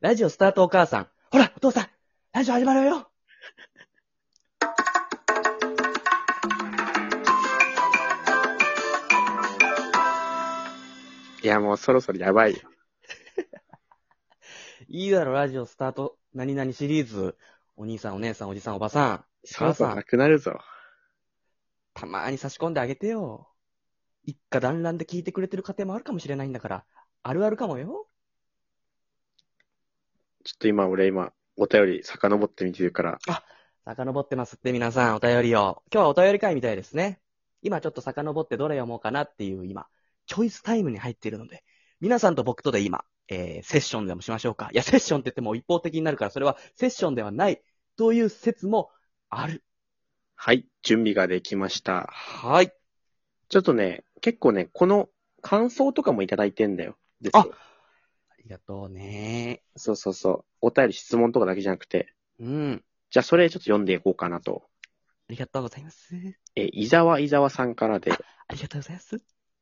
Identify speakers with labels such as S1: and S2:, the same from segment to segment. S1: ラジオスタートお母さん。ほら、お父さんラジオ始まるよ
S2: いや、もうそろそろやばいよ。
S1: いいだろ、ラジオスタート、何々シリーズ。お兄さん、お姉さん、おじさん、おばさん。
S2: そろそ
S1: 母
S2: ろ
S1: さん
S2: なくなるぞ。
S1: たまーに差し込んであげてよ。一家団らんで聞いてくれてる家庭もあるかもしれないんだから、あるあるかもよ。
S2: ちょっと今、俺今、お便り遡ってみてるから、
S1: 遡ってますって皆さん、お便りを。今日はお便り会みたいですね。今ちょっと遡ってどれ読もうかなっていう今、チョイスタイムに入っているので、皆さんと僕とで今、えー、セッションでもしましょうか。いや、セッションって言っても一方的になるから、それはセッションではないという説もある。
S2: はい、準備ができました。
S1: はい。
S2: ちょっとね、結構ね、この感想とかもいただいてんだよ。実
S1: あ
S2: は
S1: ありがとうね。
S2: そうそうそう。お便り質問とかだけじゃなくて、
S1: うん。
S2: じゃあそれちょっと読んでいこうかなと。
S1: ありがとうございます。
S2: え、伊沢伊沢さんからで、
S1: ありがとうございます。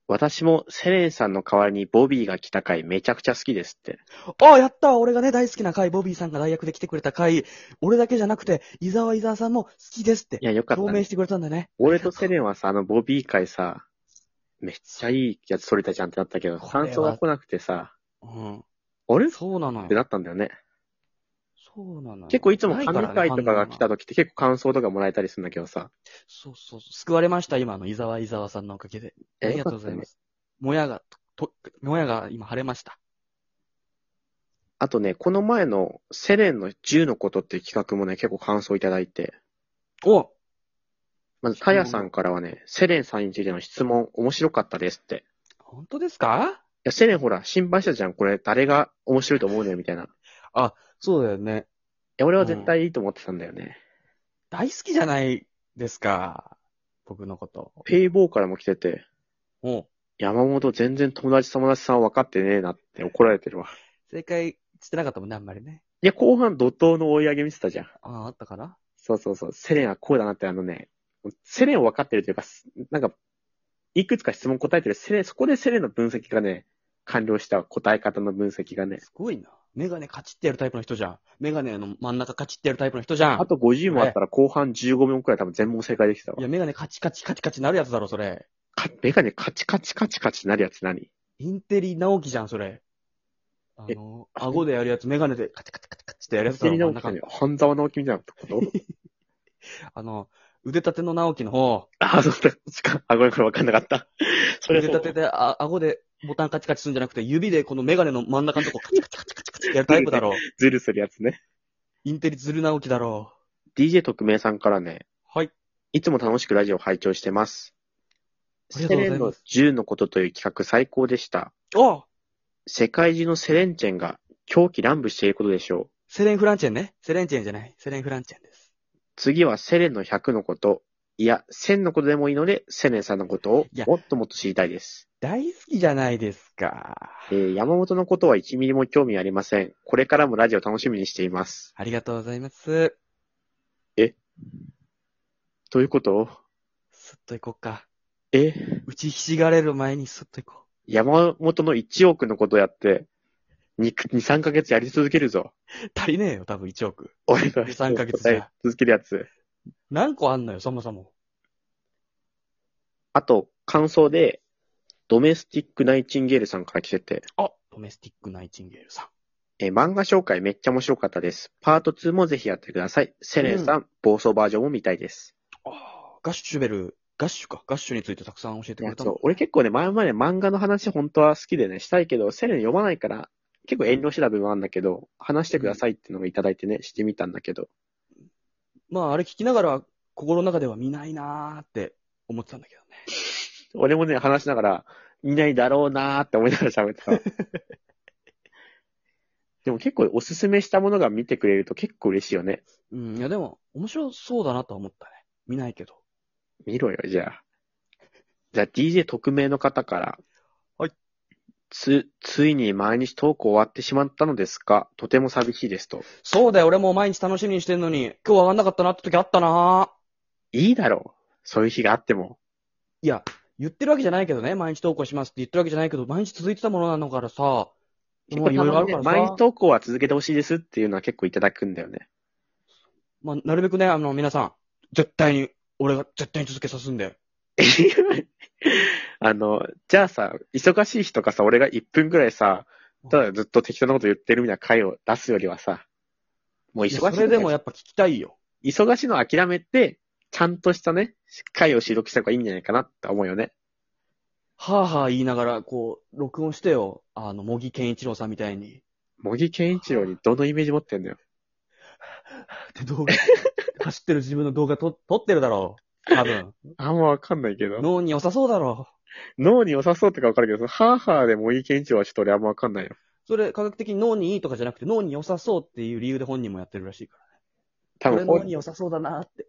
S2: 私もセレンさんの代わりにボビーが来た回めちゃくちゃ好きですって。
S1: ああ、やった俺がね、大好きな回、ボビーさんが大学で来てくれた回、俺だけじゃなくて、伊沢伊沢さんも好きですって
S2: い、や、よかった、
S1: 表
S2: ね
S1: 明してくれたんだね。
S2: 俺とセレンはさ、あのボビー回さ、めっちゃいいやつ取れたじゃんってなったけど、
S1: これは
S2: 感想が来なくてさ、
S1: うん。
S2: あれっ
S1: そうなのよ
S2: て。なったんだよね。
S1: そうなのよ。
S2: 結構いつも
S1: ない
S2: 神
S1: からね
S2: 回とかが来た。時って結構感想とかもらえたりするんだけどさ。
S1: そうそうそう。救われました、今あの伊沢伊沢さんのおかげで。ありがとうございま
S2: よかったね。
S1: す。もやが、と、もやが今晴れました。
S2: あとね、この前のセレンの10のことっていう企画もね、結構感想いただいて。
S1: お
S2: まず、タヤさんからはね、セレンさんについての質問面白かったですって。い
S1: 本当ですか
S2: や、セレンほら、心配したじゃん。これ誰が面白いと思うのよ、みたいな。い
S1: そうだよね。
S2: や、俺は絶対いいと思ってたんだよね。
S1: 大好きじゃないですか。僕のこと。
S2: ペイボーからも来てて、
S1: お
S2: 山本全然友達友達さん分かってねえなって怒られてるわ。
S1: 正解してなかったもんね、あんまりね。
S2: いや、後半怒涛の追い上げ見てたじゃん。
S1: ああ、あったかな
S2: そうそうそう。セレンはこうだなって、あのね、セレンを分かってるというか、すなんか、いくつか質問答えてるセレン、そこでセレンの分析がね、完了した答え方の分析がね。
S1: すごいな。メガネカチってやるタイプの人じゃん。メガネの真ん中カチってやるタイプの人じゃん。
S2: あと50問あったら後半15問くらい多分全問正解できてた
S1: い
S2: わ
S1: や、。メガネカチカチカチカチなるやつだろ、それ。
S2: かメガネカチカチカチカチなるやつ何
S1: インテリ直樹じゃん、それ。あの、顎でやるやつ、メガネでカチカチカチカチってやるやつだ
S2: 手
S1: ろ、真ん
S2: に直樹
S1: 中
S2: さんに。半沢直樹みたいなこと
S1: あの、腕立ての直樹の方、
S2: あ、そうだ。しかあ、ごめん、これ分かんなか った。それ
S1: 腕
S2: そう
S1: 立てで、あ、顎でボタンカチカチするんじゃなくて、指でこのメガネの真ん中のとこカチカチカチカチカチってやるタイプ だろ。
S2: ズルするやつね。
S1: インテリズル直樹だろ。
S2: DJ 特命さんからね、
S1: はい。
S2: いつも楽しくラジオ拝聴してます。
S1: ありが
S2: セ
S1: とうござ
S2: レ
S1: います
S2: ンの10のことという企画最高でした。
S1: お
S2: 世界中のセレンチェンが狂気乱舞していることでしょう。
S1: セレン・フランチェンね。セレンチェンじゃない。セレン・フランチェンです。
S2: 次はセレンの100のこと、いや、1000のことでもいいので、セレンさんのことを
S1: いや
S2: もっともっと知りたいです。
S1: 大好きじゃないですか。
S2: えー山本のことは1ミリも興味ありません。これからもラジオ楽しみにしています。
S1: ありがとうございます。
S2: ということを
S1: すっと行こうか。
S2: え
S1: 打ちひしがれる前にすっと行こ
S2: 山本の1億のことやって、2、2 3ヶ月やり続けるぞ。
S1: う。足りねえよ、多分1億。
S2: 俺が
S1: 2 3ヶ月じゃ
S2: 答え続けるやつ。
S1: 何個あんのよ、そもそも。
S2: あと、感想で、ドメスティックナイチンゲールさんから来てて、
S1: あ、ドメスティック・ナイチンゲールさん。
S2: えー漫画紹介めっちゃ面白かったです。パート2もぜひやってください。セレンさん、暴走バージョンも見たいです。
S1: ああ、ガッシュベル、ガッシュか。ガッシュについてたくさん教えて
S2: い
S1: く
S2: や
S1: れた
S2: そ
S1: の。
S2: う俺結構ね、前まで漫画の話本当は好きでね、したいけど、セレン読まないから、結構遠慮調べもあるんだけど、話してくださいってのもいただいてね、してみたんだけど、
S1: まあ、あれ聞きながら、心の中では見ないなーって思ってたんだけどね。
S2: 俺もね、話しながら、いないだろうなーって思いながら喋ってた。でも結構おすすめしたものが見てくれると結構嬉しいよね。
S1: うん、いやでも、面白そうだなとは思ったね。見ないけど。
S2: 見ろよ、じゃあ。じゃあ、DJ 匿名の方から。
S1: はい。
S2: つ、ついに毎日投稿終わってしまったのですが、とても寂しいですと。
S1: そうだよ、俺もう毎日楽しみにしてんのに、今日上がんなかったなって時あったない
S2: いだろう。そういう日があっても。
S1: いや、言ってるわけじゃないけどね、毎日投稿しますって言ってるわけじゃないけど、毎日続いてたものなのからさ、
S2: 結
S1: も
S2: 構
S1: ういろいろあるからさ。
S2: 毎投稿は続けてほしいですっていうのは結構いただくんだよね。
S1: まあ、なるべくね、あの、皆さん、絶対に、俺が絶対に続けさすんで。
S2: あの、じゃあさ、忙しい日とかさ、俺が1分ぐらいさ、ただずっと適当なこと言ってるみたいな回を出すよりはさ、もう忙しい
S1: い
S2: ん
S1: や
S2: だよ。
S1: それでもやっぱ聞きたいよ。
S2: 忙しいのを諦めて、ちゃんとしたね、回を収録した方がいいんじゃないかなって思うよね。
S1: はぁはぁ言いながら、こう、録音してよ。あの、茂木健一郎さんみたいに。
S2: 茂木健一郎にどのイメージ持ってんだよ。
S1: で、動 画、走ってる自分の動画と撮ってるだろう。多 分。
S2: あんまわかんないけど。
S1: 脳に良さそうだろう。
S2: 脳に良さそうとかわかるけど、そのハーハーで茂木健一郎はちょっと俺あんまわかんないよ。
S1: それ、科学的に脳にいいとかじゃなくて、脳に良さそうっていう理由で本人もやってるらしいか
S2: 多
S1: ら。これ
S2: 分、
S1: 脳に良さそうだなって。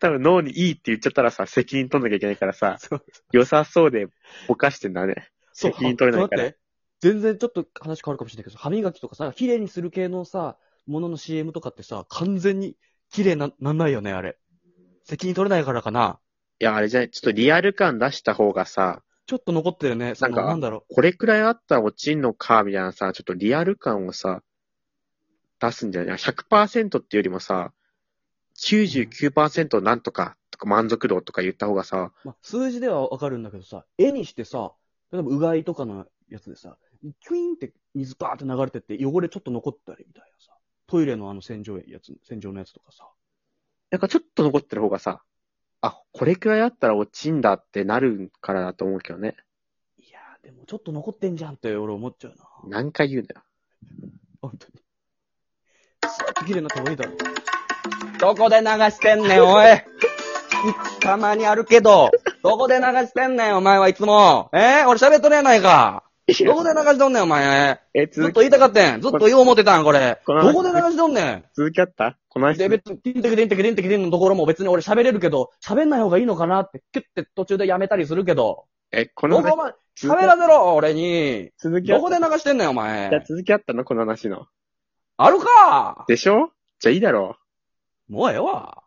S2: 多分脳にいいって言っちゃったらさ、責任取んなきゃいけないからさ、
S1: そう。
S2: 良さそうでぼかしてんだね。
S1: そう
S2: 責任取れないから
S1: だって全然ちょっと話変わるかもしれないけど、歯磨きとかさ、綺麗にする系のさ、ものの CM とかってさ、完全に綺麗な、なんないよね、あれ。責任取れないからかな。
S2: いや、あれじゃない、ちょっとリアル感出した方がさ、
S1: ちょっと残ってるね。その
S2: なんか
S1: なんだろ
S2: これくらいあったら落ちんのか、みたいなさ、ちょっとリアル感をさ、出すんじゃない ?100% っていうよりもさ、99%なんとか、とか満足度とか言った方がさ、
S1: う。まあ、数字ではわかるんだけどさ、絵にしてさ、例えばうがいとかのやつでさ、キュイーンって水バーって流れてって汚れちょっと残ったりみたいなさ。トイレのあの洗浄やつ、洗浄のやつとかさ。
S2: なんかちょっと残ってる方がさ、あ、これくらいあったら落ちんだってなるからだと思うけどね。
S1: いやー、でもちょっと残ってんじゃんって俺思っちゃうな。
S2: 何回言うんだよ。
S1: 本当に。スッと綺麗になった方がいいだろ。どこで流してんねん、おい。たまにあるけど、どこで流してんねん、お前はいつも。えー、俺喋っとるやないか。どこで流しとんねん、お前。
S2: え、
S1: ずっ
S2: 続き、
S1: と言いたかってん。ずっと言おう思ってたん、これ。
S2: この話
S1: どこで流しとんねん。
S2: 続きあったこの話
S1: で、別に、ティンテキティンテキティンテキティンのところも別に俺喋れるけど、喋んない方がいいのかなって、キュッて途中でやめたりするけど、
S2: え、この
S1: どこ
S2: 話、
S1: まで、喋らせろ、俺に。
S2: 続きあ
S1: ど
S2: っ
S1: こで流してんねん、お前
S2: た。いや、。続きあったのこの話の。
S1: あるか
S2: でしょじゃあいいだろう。
S1: もうええわ。